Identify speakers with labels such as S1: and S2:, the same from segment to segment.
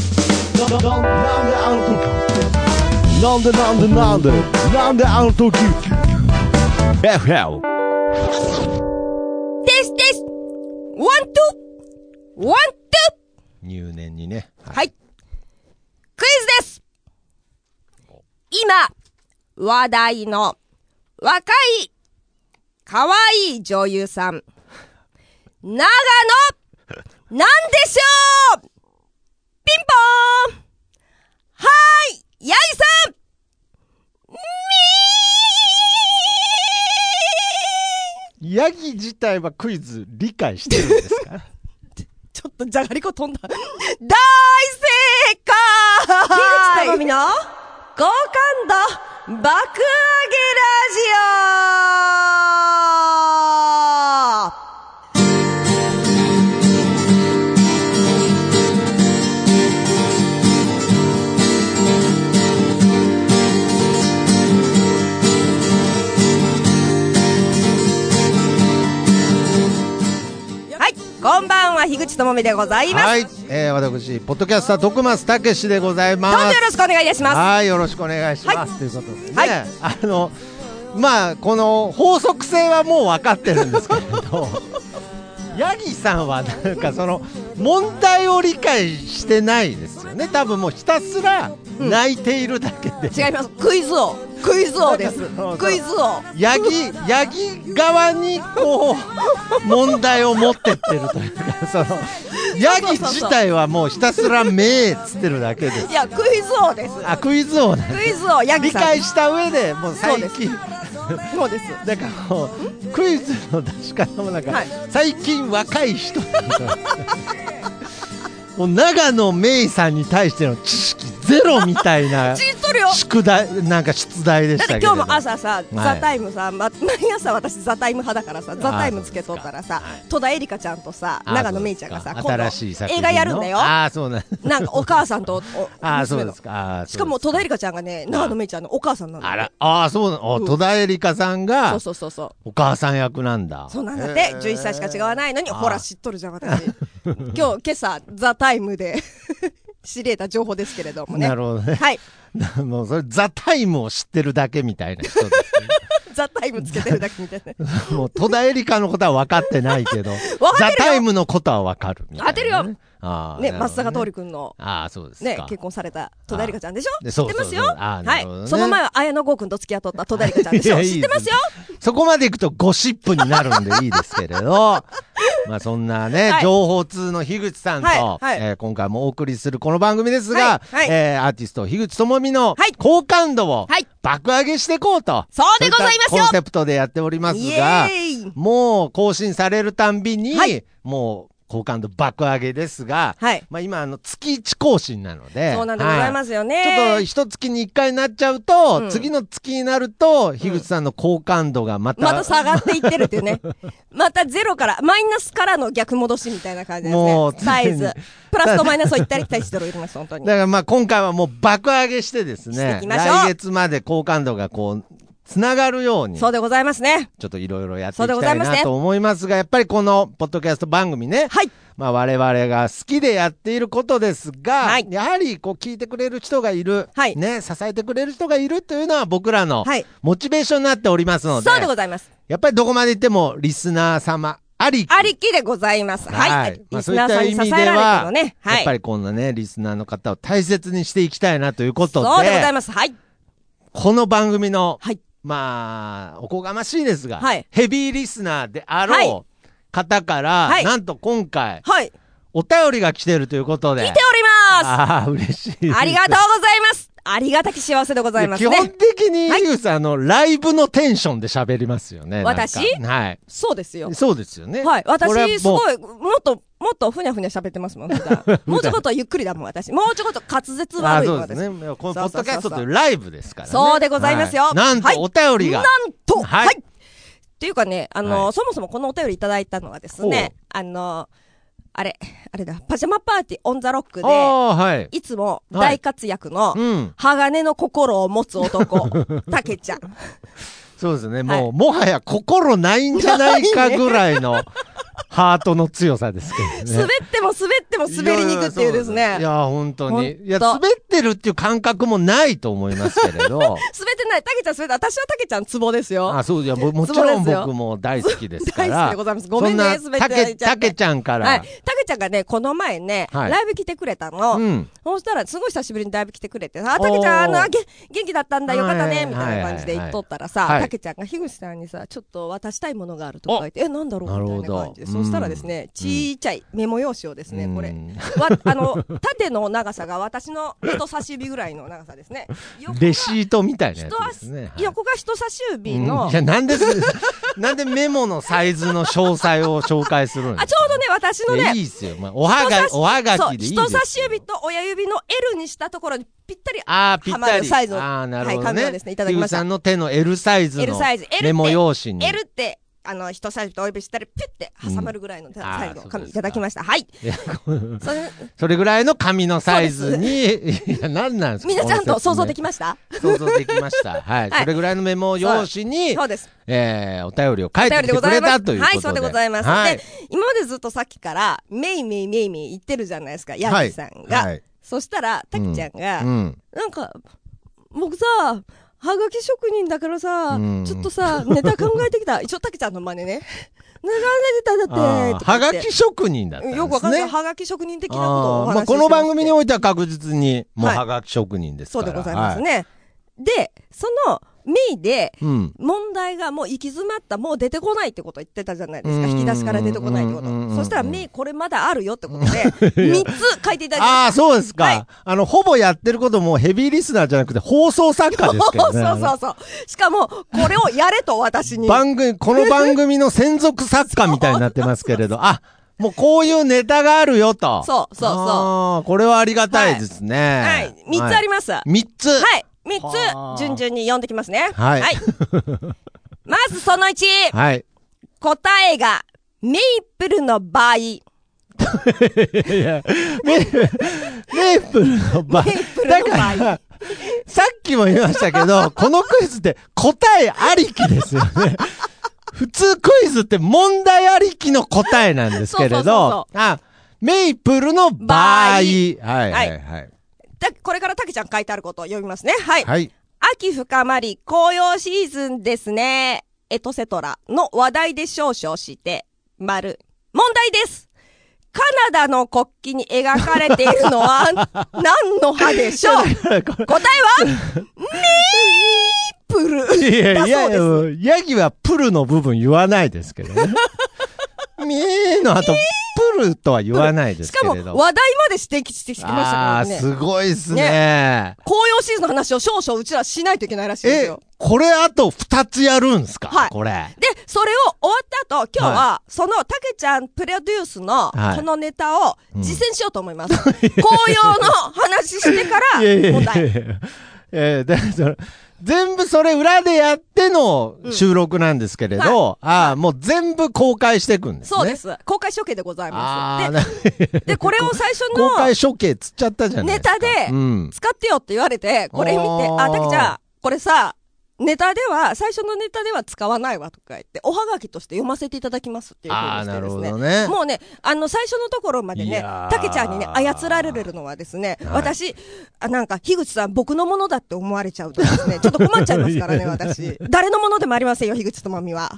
S1: なんであの時なんでなんでなんでなんであの時 FL
S2: ですですワン、ツーワン、ツ
S1: 入念にね
S2: ーはい。クイズです今、話題の若い、可愛い女優さん、長野、なんでしょうピンポーンはーい、やいさん
S3: ヤギ自体はクイズ理解してるんですか
S2: ちょっとじゃがりこ飛んだ。大正解樋口智美の好感度爆上げラジオはい、こんばんは、樋口智美でございます。
S3: はい、えー、私ポッドキャスター徳松たけしでございます
S2: どうぞよろしくお願いいたします。
S3: はいよろしくお願いします、
S2: は
S3: ということでね、
S2: はい
S3: あのまあこの法則性はもう分かってるんですけれ どヤギさんはなんかその問題を理解してないですよね多分もうひたすら泣いているだけで、
S2: 違います、クイズ王。クイズ王です
S3: なんかその。
S2: クイズ王。
S3: ヤギヤギ側にこう問題を持ってってるというかそのヤギ自体はもうひたすら目つってるだけです
S2: いや、クイズ王です。
S3: あクイズ王なん
S2: ク
S3: で
S2: イズ王、ヤギ
S3: 理
S2: さん。
S3: 解した上でもう最
S2: そうで
S3: 近
S2: そうです。
S3: なんかもうクイズの出し方もなんか、
S2: はい
S3: 最近若い人 もう長野芽衣さんに対しての知識ゼロみたい な
S2: 知っとるよ。
S3: 宿題なんか出題でし
S2: だ
S3: た
S2: って
S3: けれ
S2: 今
S3: ど
S2: 日も朝さ、ザタイムさ、ま、毎朝私ザタイム派だからさ、ザタイムつけとったらさ、戸田恵梨香ちゃんとさ、
S3: あ
S2: 長野めいちゃんがさ、
S3: そうです
S2: 今
S3: か
S2: 度
S3: 新しい作品
S2: 映
S3: の
S2: 画やるんだよ。
S3: あ あそうなん
S2: なんかお母さんとお、
S3: あ
S2: お
S3: あそう
S2: 娘
S3: で
S2: の
S3: す。かあーそうです
S2: しかも戸田恵梨香ちゃんがね、長野めいちゃんのお母さんなの。
S3: あらああそうなお
S2: うん
S3: 戸田恵梨香さんが
S2: そうそうそうそう。
S3: お母さん役なんだ
S2: そうなんだって、11歳しか違わないのに、
S3: あー
S2: ほら、知っとるじゃん、 私。今日、今朝、ザ・タイムで 知り得た情報ですけれどもね。
S3: なるほどね
S2: はい。
S3: もうそれザタイムを知ってるだけみたいな人ですね
S2: ザ・タイムつけてるだけみたい な。
S3: もう戸田恵梨香のことは分かってないけど、
S2: かってる
S3: ザ
S2: よ・
S3: タイムのことは分かるみたいな、
S2: 当てるよ。
S3: ああ
S2: ね、
S3: なるほど
S2: 松坂桃李君の。
S3: ああ、そうですか。
S2: ね、結婚された戸田恵梨香ちゃんでしょ
S3: で
S2: 知
S3: そ
S2: っ
S3: う
S2: てますよ
S3: そうそうあーな
S2: は
S3: るほどね
S2: い。その前は綾野剛君と付き合っとった戸田恵梨香ちゃんでし
S3: い
S2: ょ
S3: やいい
S2: 知ってますよ
S3: そこまでいくとゴシップになるんでいいですけれど、 まあそんなね、
S2: はい
S3: 情報通の樋口さんと、
S2: はいはい
S3: えー今回もお送りするこの番組ですが、
S2: はいはい
S3: えーアーティスト樋口智美の
S2: はい
S3: 好感度を
S2: はい
S3: 爆上げしていこうと、
S2: そうでございますよ
S3: そうったコンセプトでやっております
S2: イ
S3: が、
S2: エーイ
S3: もう更新されるたんびに、
S2: はい
S3: もう好感度爆上げですが、
S2: はい
S3: まあ今あの月1更新なので、。
S2: そうなんでございますすよ
S3: ちょっと
S2: ね。
S3: 一月に一回になっちゃうと、
S2: うん
S3: 次の月になると、樋口さんの好感度がまた、
S2: また下がっていってるっていうね。 またゼロから、マイナスからの逆戻しみたいな感じです
S3: も
S2: ね
S3: う。
S2: サイズ
S3: 常に。
S2: プラスとマイナスを行ったり来たりしております、本当に。
S3: だからまあ今回はもう爆上げしてです
S2: してい
S3: ね、
S2: きましょう
S3: 来月まで好感度がこう、つながるように、ち
S2: そ
S3: ょ
S2: うでございますね。
S3: っといろいろやって
S2: そ
S3: いう
S2: で
S3: き
S2: ござ
S3: た
S2: い
S3: い
S2: ますね
S3: なと思いますが、やっぱりこのポッドキャスト番組ね、
S2: はい。
S3: まあ、我々が好きでやっていることですが、
S2: はい
S3: やはりこう聞いてくれる人がいる、
S2: はい
S3: ね、支えてくれる人がいるというのは僕らの
S2: はい
S3: モチベーションになっております
S2: そ
S3: の
S2: う
S3: で、
S2: でございます。
S3: やっぱりどこまで行ってもリスナー様ありき
S2: ありきでございます。
S3: は
S2: はいい。
S3: まあ
S2: リスナーさんに支えられてるのね。は
S3: やっぱ
S2: い。
S3: りこんなねリスナーの方を大切にしていきたいなということで
S2: そうでございます。はい。
S3: この番組の、
S2: はい。
S3: まあおこがましいですが、
S2: はい
S3: ヘビーリスナーであ
S2: は
S3: ろ
S2: いう
S3: 方から、
S2: はい
S3: なんと今回
S2: はい。来て
S3: お便りが来てるということで。
S2: おりま
S3: ああ、嬉しいです。
S2: す。ありがとうございます。ありがたき幸せでございます
S3: いや基本
S2: ね。
S3: 的に、
S2: はい
S3: ゆうさん、あの、ライブのテンションで喋りますよね。なんか
S2: 私
S3: はい。
S2: そうですよ。
S3: そうですよね。
S2: はい。
S3: これはもう
S2: 私、すごい、もっと、もっとふにゃふにゃ喋ってますもん、普 段もうちょこっとゆっくりだもん、私。もうちょこっと滑舌
S3: あ
S2: 悪いも
S3: そ
S2: ん、
S3: うで
S2: 私。
S3: すね。いやこのポ
S2: そうそうそう
S3: ッドキャストというライブですからね。
S2: そうでございますよ
S3: はなん
S2: はい
S3: と、お便り
S2: な
S3: が。
S2: んと、
S3: は
S2: はいい、っていうかね、あの、
S3: は
S2: そもそもこのお便りいただいたのはですね、あの、あれ、あれだ、パジャマパーティーオンザロック
S3: あ
S2: で、
S3: あ、はい。
S2: いつも大活躍の、
S3: うん。
S2: 鋼の心を持つ男、たけちゃん。
S3: そうですね、もうもはや心ないんじゃないかぐらいのハートの強さですけど
S2: 滑
S3: ね。
S2: っても滑っても 滑りに行くっていうですね。
S3: いや、本当
S2: ほん
S3: に。
S2: と
S3: いや、滑ってるっていう感覚もないと思いますけれど。
S2: 滑ってない。たけちゃん滑って、私はたけちゃんツボですよ。
S3: あ、そう、いや、ももち
S2: そうで
S3: ろ
S2: す
S3: ん
S2: よ
S3: 僕も大好きですから。
S2: 大好きでございますごめんね
S3: そん
S2: 滑
S3: な、
S2: って
S3: た
S2: ない
S3: け、
S2: ちゃって
S3: たけちゃんか
S2: はい
S3: ら。。
S2: たけちゃんがね、この前ね、
S3: はい
S2: ライブ来てくれたの。
S3: うん。
S2: そうしたら、すごい久しぶりにライブ来てくれて、あ、たけちゃん、あ
S3: おー
S2: の、あげ元気だったんだ、よかった
S3: は
S2: ね、
S3: い
S2: みたいな感じで言っとったらさ、
S3: はい
S2: たけちゃんが樋口さんにさ、ちょっと渡したいものがあるとか言って、え、なんだろ
S3: な
S2: う
S3: る
S2: みたい
S3: ほど
S2: な感じで。
S3: うん
S2: そしたらですね、ちっちゃいメモ用紙をですね、こ
S3: う
S2: れ。
S3: ん
S2: わ、あの、縦の長さが私の人差し指ぐらいの長さですね。横が
S3: レシートみたいなや
S2: 人
S3: つですね。はい
S2: 横が人差し指
S3: う
S2: の、
S3: んいや、なんです、 なんでメモのサイズの詳細を紹介するんですか
S2: あ、ちょうどね、私の
S3: いや
S2: ね、
S3: いいっすよ。まあ、おはが、おはがきでいいで
S2: そ
S3: すよ
S2: う人差し指と親指の L にしたところにぴったり
S3: あーぴっ
S2: はま
S3: た
S2: る
S3: り。
S2: サイズの
S3: あーなる
S2: は
S3: ほど
S2: い紙
S3: ね。
S2: をですねいただきました
S3: ゆうさんの手の L サイズの
S2: L サイズ L って
S3: メモ用紙に。
S2: L って、あの、人差し指と親指したら、ピュって挟まるぐらいのサイズの
S3: あー
S2: 紙
S3: そうで
S2: い
S3: すか
S2: ただきました。はい。
S3: いやこう
S2: それ、
S3: それぐらいの紙のサイズに、 いや、なんなんですか
S2: みんなちゃんと想像でき
S3: ま
S2: ました
S3: した。想像でき ました。はい。
S2: はい
S3: それぐらいのメモ用紙に
S2: そ、うです。
S3: えー、お便りを書
S2: お
S3: いて
S2: 便
S3: き
S2: り
S3: て
S2: でご
S3: く
S2: ざい
S3: れ
S2: ま
S3: た
S2: す。
S3: ということで。
S2: はい、そうでございます。
S3: はい
S2: で、今までずっとさっきから、メイメイメイメイ言ってるじゃないですか、ヤギさん
S3: はいは
S2: が
S3: い。
S2: そしたら、タキちゃんが
S3: う、ん。
S2: なんか、僕さ、はがき職人だからさ
S3: う、ん
S2: ちょっとさ、ネタ考えてきた。一応、タキちゃんの真似 ね。考えてきたんだ
S3: あ
S2: っ
S3: ー
S2: て。
S3: はが
S2: とか
S3: き職人だったん
S2: 言っ
S3: です
S2: て
S3: ね。
S2: よくわかんない。はがき職人的なことを
S3: あ
S2: お
S3: ーま
S2: 話
S3: あ
S2: しして
S3: こ
S2: まし
S3: の
S2: て
S3: 番組においては確実に、もう
S2: はい
S3: はがき職人です
S2: そ
S3: か
S2: う
S3: ら。
S2: でございます
S3: は
S2: ね。で、その、メイで、
S3: い。うん。
S2: 問題がもう行き詰まった、もう出てこないってこと言ってたじゃないですか。
S3: うん
S2: 引き出しから出てこないってこ
S3: うん
S2: と。そしたら、メイこれまだあるよってことで、3つ書いていただき
S3: あ
S2: まし
S3: あ、
S2: た。
S3: そうですか。
S2: はい
S3: あの、ほぼやってることもヘビーリスナーじゃなくて放送作家ですけ
S2: そ
S3: ど
S2: う
S3: ね。
S2: そうそうそう。しかも、これをやれと私に。
S3: 番組、この番組の専属作家みたいになってますけれど、あ、もうこういうネタがあるよと。
S2: そうそうそう
S3: あーこれはありがたいですね。
S2: は。
S3: はい
S2: 3つあり
S3: ま
S2: ます。は
S3: 3つ。
S2: い。
S3: は
S2: 3
S3: あ
S2: つ、順々に読んできますね。
S3: はい
S2: まずその1、
S3: はい。
S2: 答えが、メイプルの場合。メ
S3: メープルの 場合。
S2: イプル
S3: だ
S2: の
S3: か
S2: 場合。
S3: ら、さっきも言いましたけ ど、このクイズって答えありきですよね。普通クイズって問題ありきの答えなんですけれ
S2: そうそうそ
S3: ど、あ、メイプルの場合。はいはい
S2: は
S3: はいい。
S2: だこれからたけちゃん書いてあることを読みますね。はい。
S3: はい。
S2: 秋深まり紅葉シーズンですね。エトセトラの話題で少々して、丸。問題です。カナダの国旗に描かれているの は何の葉でしょう答えは、メープ
S3: い
S2: ル。
S3: や
S2: だ
S3: いや
S2: そうで、
S3: ヤギはプルの部分言わないですけどね。 ミーの後、プルとは言わないです
S2: しか
S3: け
S2: も
S3: れど。
S2: 話題まで指摘してきました
S3: あ
S2: か
S3: あ
S2: ら
S3: ー、
S2: ね。
S3: すごいです
S2: ね
S3: ね。
S2: 紅葉シーズンの話を少々うちらしないといけないらしいです
S3: え
S2: よ。、
S3: これあと2つやるんす
S2: は
S3: か
S2: い
S3: これ。
S2: で、それを終わった後、今日は、その、たけちゃんプロデュースの
S3: は、い
S2: このネタを実践しようと思い ます。紅葉の話してか
S3: いやいや
S2: ら、問
S3: いや
S2: 題。
S3: いや。 えー、だからそれ全部それ裏でやっての収録なんですけれ
S2: うん
S3: ど、ああ、もう全部公開していくんですね。
S2: そうで。す。公開処刑でござい
S3: あ
S2: ま
S3: あ、な
S2: す。で、これを最初
S3: 公開
S2: の
S3: 処刑つっちゃったじゃない
S2: ネ
S3: です
S2: タ
S3: か。
S2: で
S3: うん。
S2: 使ってよって言われて、これ見て、
S3: おー
S2: あ、たけちゃん、これさ、ネタでは、最初のネタでは使わないわとか言って、おはがきとして読ませていただきますっていうふうに
S3: ああ、
S2: して
S3: な
S2: で
S3: る
S2: す
S3: ほ
S2: ね
S3: ど。ね。
S2: もうね、あの、最初のところまで
S3: い
S2: ね
S3: や、ー
S2: たけちゃんにね、操られるのはですね、
S3: はい
S2: 私、あなんか、樋口さん、僕のものだって思われちゃうとです ね、ちょっと困っちゃいますからね、私。誰のものでもありませんよ、樋口智美は。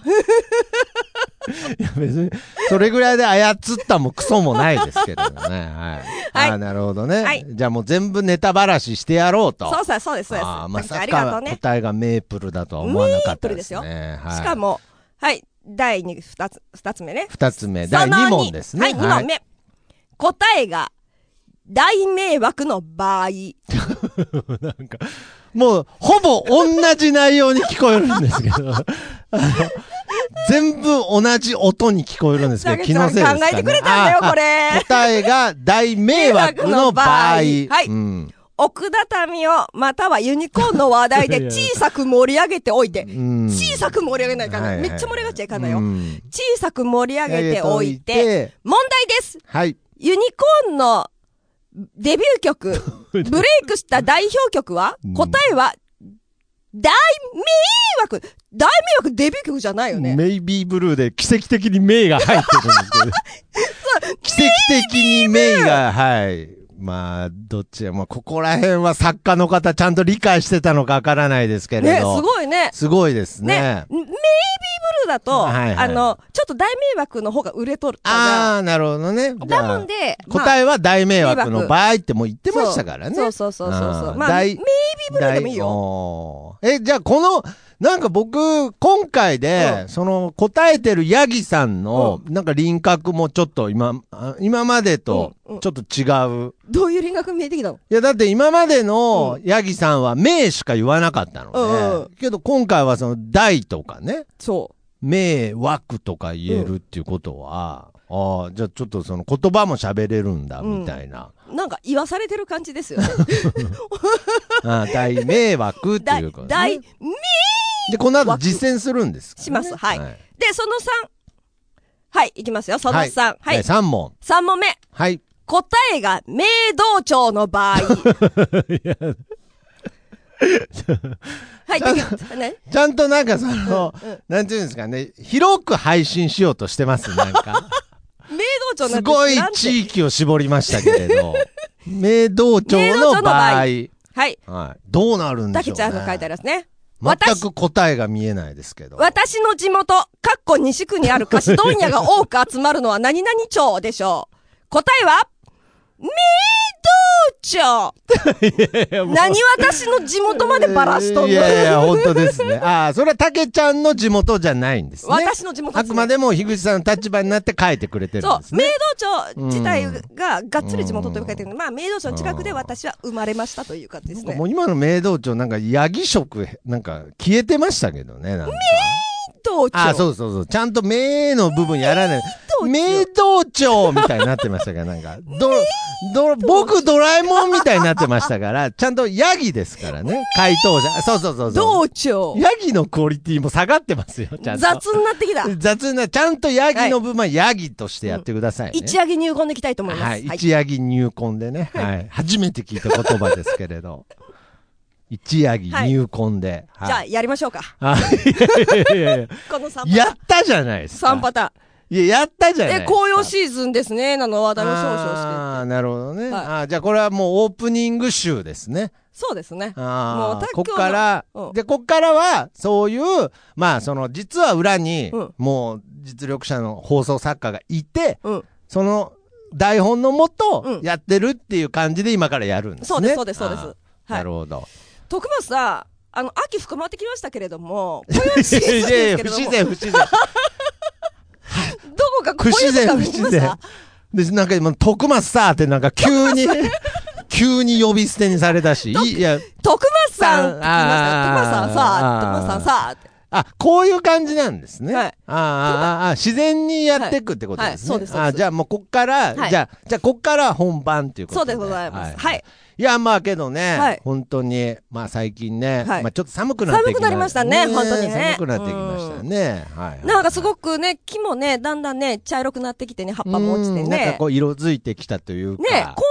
S3: いや 別に、それぐらいで操ったもクソもないですけれど ね。はい。
S2: はい
S3: ああ、なるほどね。
S2: はい
S3: じゃあもう全部ネタばらししてやろうと。
S2: そうさ、そうです、そうです。
S3: ああ、ま
S2: たけちゃん
S3: さ
S2: ありがと
S3: か
S2: うね。
S3: 答えがメープルだとは思わなかったですね。
S2: メ
S3: はい
S2: しかも、はい、第2、二つ、二つ目ね。
S3: 二つ目、
S2: その
S3: 第二問ですね。
S2: はい、2問目。答えが、大迷惑の場合。
S3: もう、ほぼ同じ内容に聞こえるんですけど、あ の全部同じ音に聞こえるんですけ
S2: た
S3: ど、
S2: け
S3: 気
S2: ちゃ
S3: の
S2: ん
S3: せいですか、ね。
S2: 考えてくれたんだよ、
S3: ああ
S2: これ。
S3: 答えが大迷惑の場
S2: 迷惑の場
S3: 合。
S2: 合はい
S3: うん
S2: 奥畳をまたはユニコーンの話題で小さく盛り上げておいて、
S3: ん
S2: 小さく盛り上げないから、
S3: はいはい
S2: めっちゃ盛り上がっちゃいかんなよ、
S3: うん
S2: 小さく盛り上げておいて、
S3: 上げておいて
S2: 問題です
S3: はい。
S2: ユニコーンの デビュー曲、ブレイクした代表曲は、答えは、大迷惑大迷惑デビュー曲じゃないよね。
S3: メイビーブルーで奇跡的にメイが入ってるんですけど。 奇跡的にメイが、はい。まあ、どっちや、まあ、ここら辺は作家の方ちゃんと理解してたのかわからないですけ
S2: ね、
S3: れ
S2: す
S3: ど。
S2: ごいね。
S3: すごいですね
S2: ね、。メイビーブルーだと、
S3: はいはい
S2: あの、ちょっと大迷惑の方が売れとるから、
S3: ああ、なるほどね。じ
S2: だ
S3: ゃ
S2: も
S3: あ
S2: んで、
S3: 答
S2: え
S3: えは大迷惑の場合ってもう言ってましたからね。
S2: そうそうそうそうそうそう。まあ、メ
S3: 大
S2: イビーブルーでもいい
S3: 大
S2: よ。
S3: おーえ、じゃあこの、なんか僕、今回で、
S2: うん
S3: その答えてるヤギさんの、なんか輪郭もちょっと今、あ今までと
S2: うんうん
S3: ちょっと違う。
S2: どういう輪郭見えてきたの
S3: いや、だって今までの
S2: う
S3: ヤギさんは名しか言わなかったのね。
S2: うんうん
S3: けど今回はその大とかね、
S2: そ
S3: 名枠とか言えるっていうことは、ああ、じゃあちょっとその言葉も喋れるんだ、みたいな。
S2: う。なんか言わされてる感じですよ ね。
S3: ああ大迷惑ってい
S2: 大
S3: うこと、ね。
S2: 大迷
S3: で、この後実践するんですかね、
S2: します。はい。で、その3。はい、いきますよ。その3。はい。
S3: はい、3問。
S2: 3問目。
S3: はい。
S2: 答えが明道町の 場合。はい、だけね
S3: ちゃんとなんかその、なんていうんですかね、広く配信しようとしてます、なん か。
S2: 明道町の
S3: すごい地域を絞りましたけれ ど。明道町の場合。
S2: はい。
S3: はい。どうなるんで
S2: だ
S3: し
S2: け
S3: ょう
S2: ちゃんが書いてあ
S3: ね。
S2: りますね。
S3: 全
S2: 私、
S3: く答えが見えないですけど。
S2: 私の地元、かっこ西区にある菓子問屋が多く集まるのは何々町でしょう。答えは、明道町。 何私の地元までバラしとん
S3: い
S2: の
S3: やいや、本当ですね。ああ、それは竹ちゃんの地元じゃないんですね。
S2: 私の地元
S3: あくまでも樋口さんの立場になって書いてくれてる
S2: そ
S3: ん
S2: う
S3: で、す
S2: 明
S3: ね。
S2: 道町自体ががっつり地元と呼ばれてるので、まあ、明道町の近くで私は生まれましたという感じです
S3: なん
S2: ね
S3: かも。う今の明道町なんかヤギ色なんか消えてましたけどね。なんか
S2: 明道町。
S3: ああ、そうそうそう。ちゃんと明の部分やらない。明
S2: 明
S3: 道町みたいになってましたから、なんか。ど、ど、僕ドラえもんみたいになってましたから、ちゃんとヤギですからね。回答者。そうそうそうそ
S2: 道
S3: う。
S2: 町。
S3: ヤギのクオリティも下がってますよ、ちゃんと。
S2: 雑になってきた。
S3: 雑な、ちゃんとヤギの部分はヤギとしてやってくださいね。
S2: 一上げ入魂でいきたいと思います。
S3: はい。一ヤギ入魂でね。はい。初めて聞いた言葉ですけれど。一ヤギ入魂で。はい
S2: じゃあ、やりましょうか。
S3: あ、い やいやいや
S2: この3パターン。
S3: やったじゃないですか。
S2: 3パタ
S3: いや、やったじゃ
S2: ー
S3: ない
S2: ン。で
S3: で
S2: す
S3: か。
S2: 紅葉シーズンですね、なの話題を少々して。
S3: ああ、なるほど
S2: は
S3: ね。
S2: い
S3: ああじゃあこれはもうオープニング集ですね。
S2: そうですね。
S3: あ
S2: もう
S3: あ、
S2: タッ
S3: こ
S2: ク
S3: っから
S2: う、ん
S3: で、こっからは、そういう、まあ、その、実は裏に、
S2: うん
S3: もう、実力者の放送作家がいて、
S2: うん。
S3: その、台本のもと
S2: う、ん
S3: やってるっていう感じで今からやるんですね。
S2: そうです、そうです、そうで
S3: あ
S2: す。
S3: あ
S2: は
S3: ないる。ほど。
S2: 徳松さん、あの、秋深まってきましたけれど も、
S3: いやいやいや不
S2: ですけ
S3: 自
S2: れ
S3: 然、不自然。
S2: どこか
S3: 不
S2: 紅
S3: 自
S2: 葉とか
S3: 然、不
S2: 見え
S3: 自
S2: まし
S3: 然
S2: た。
S3: で、なんか今、徳松さんってなんか急に、 急に呼び捨てにされたし、いいいや、
S2: 徳松さんって言いま
S3: あー
S2: した。徳松さんさあ、徳松さんさあって。
S3: あ、こういう感じなんですね。
S2: はい
S3: ああああ、自然にやっていくってことで
S2: はい
S3: すね。
S2: はいそうですそう
S3: あ
S2: です
S3: じゃあもうこっから、
S2: はい
S3: じゃあ、じゃあこっから本番っていうこ
S2: そ
S3: と
S2: うでございます。はい。
S3: いや、まあけどね、
S2: はい
S3: 本当に、まあ最近ね、
S2: はい
S3: まあちょっと寒くなってき
S2: 寒くなりましたね本当にね
S3: 寒くなってきましたね。はい、はい。
S2: なんかす
S3: い
S2: ごくね、木もね、だんだんね、茶色くなってきてね、葉っぱも落ちてね。
S3: なんか
S2: ね、
S3: こう色づいてきたというか。
S2: 高蘭系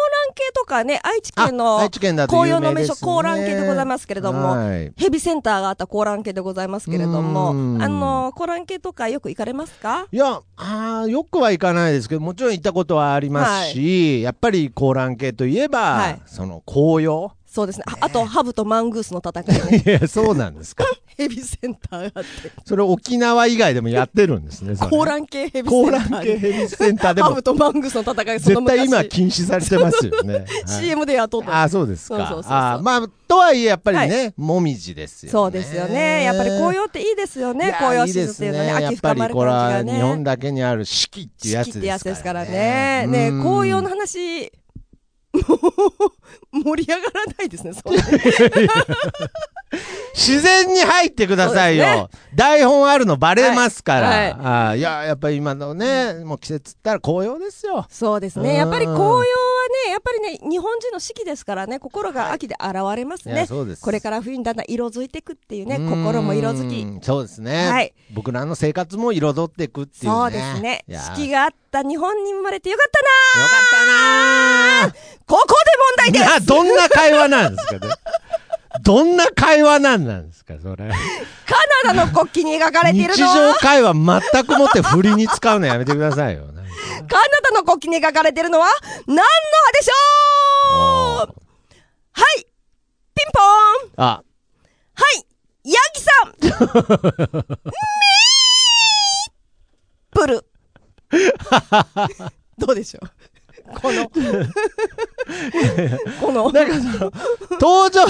S2: とかね、愛知県
S3: あ
S2: の
S3: 愛知県だと有名
S2: 紅葉の名所、
S3: ですね
S2: 高蘭系でございますけれども、
S3: はい
S2: ヘビセンターがあった高蘭系でございますけれども、あ
S3: うん
S2: の、高蘭系とかよく行かれますか
S3: いや、あーよくはいかないですけど、もちろん行ったことはありますし、やっぱり高蘭系といえば、
S2: はい
S3: その紅葉。
S2: そうですね。ああと、ハブとマングースの戦いね。
S3: いや、そうなんです か。
S2: ヘビセンターがあって、
S3: それ沖縄以外でもやってるんですね。それ
S2: 高蘭系ヘビセ
S3: コー
S2: ンタ
S3: ラ
S2: ー
S3: ン
S2: に
S3: 系ヘビーセンターで
S2: ハ
S3: も
S2: ブとマングースの戦い、その
S3: 絶
S2: 昔
S3: 対今禁止されてますよね。はい
S2: CM でやっとった。
S3: ああ、そうですか。
S2: そうそうそうそう
S3: ああまあ、とはいえやっぱりね、もみじですよね。
S2: そうですよね。やっぱり紅葉っていいですよ
S3: い
S2: ね。
S3: や
S2: 紅葉
S3: いい
S2: シー
S3: で
S2: ズンっ
S3: す
S2: ていうのはね、
S3: やっ
S2: 秋
S3: ぱ
S2: 深ま
S3: り
S2: る
S3: これは
S2: 感じ
S3: 日
S2: が
S3: 本
S2: ね。
S3: だけにある四季っていうや
S2: 四季
S3: つ
S2: ってやつで
S3: ですす
S2: か
S3: からら
S2: ね。
S3: ね。
S2: ね
S3: うん
S2: 紅葉の話、もう、盛り上がらないですね、そうね
S3: 自然に入ってくださいよ。
S2: そう
S3: 台本あるのバレますから。
S2: はいはい
S3: ああいや、やっぱり今のね、もう季節ったら紅葉ですよ。
S2: そうです
S3: うん
S2: ね。やっぱり紅葉はね、やっぱりね、日本人の四季ですからね、心が秋で現れます
S3: いや
S2: ね。
S3: そうです
S2: これから冬にだんだん色づいていくっていうね、
S3: うん
S2: 心も色づき。。
S3: そうですね。
S2: はい
S3: 僕らの生活も彩っていくっていうね。
S2: そうですね。
S3: いや
S2: 四
S3: ー
S2: 季
S3: よ
S2: があった日本に生まれてよかった
S3: かったな
S2: なここで問題
S3: ー
S2: です
S3: などんな会話なんですかね。どんな会話なんなんですか、それ。
S2: カナダの国旗に描かれている
S3: 日
S2: の
S3: 常
S2: は
S3: 会話全くもって振りに使うのやめてくださいよ。なんか
S2: カナダの国旗に描かれているのは何の歯でしょうはいピンポーン
S3: あ、
S2: はいヤギさんメ イプ ルどうでしょうこ のこの
S3: なんかその、登場、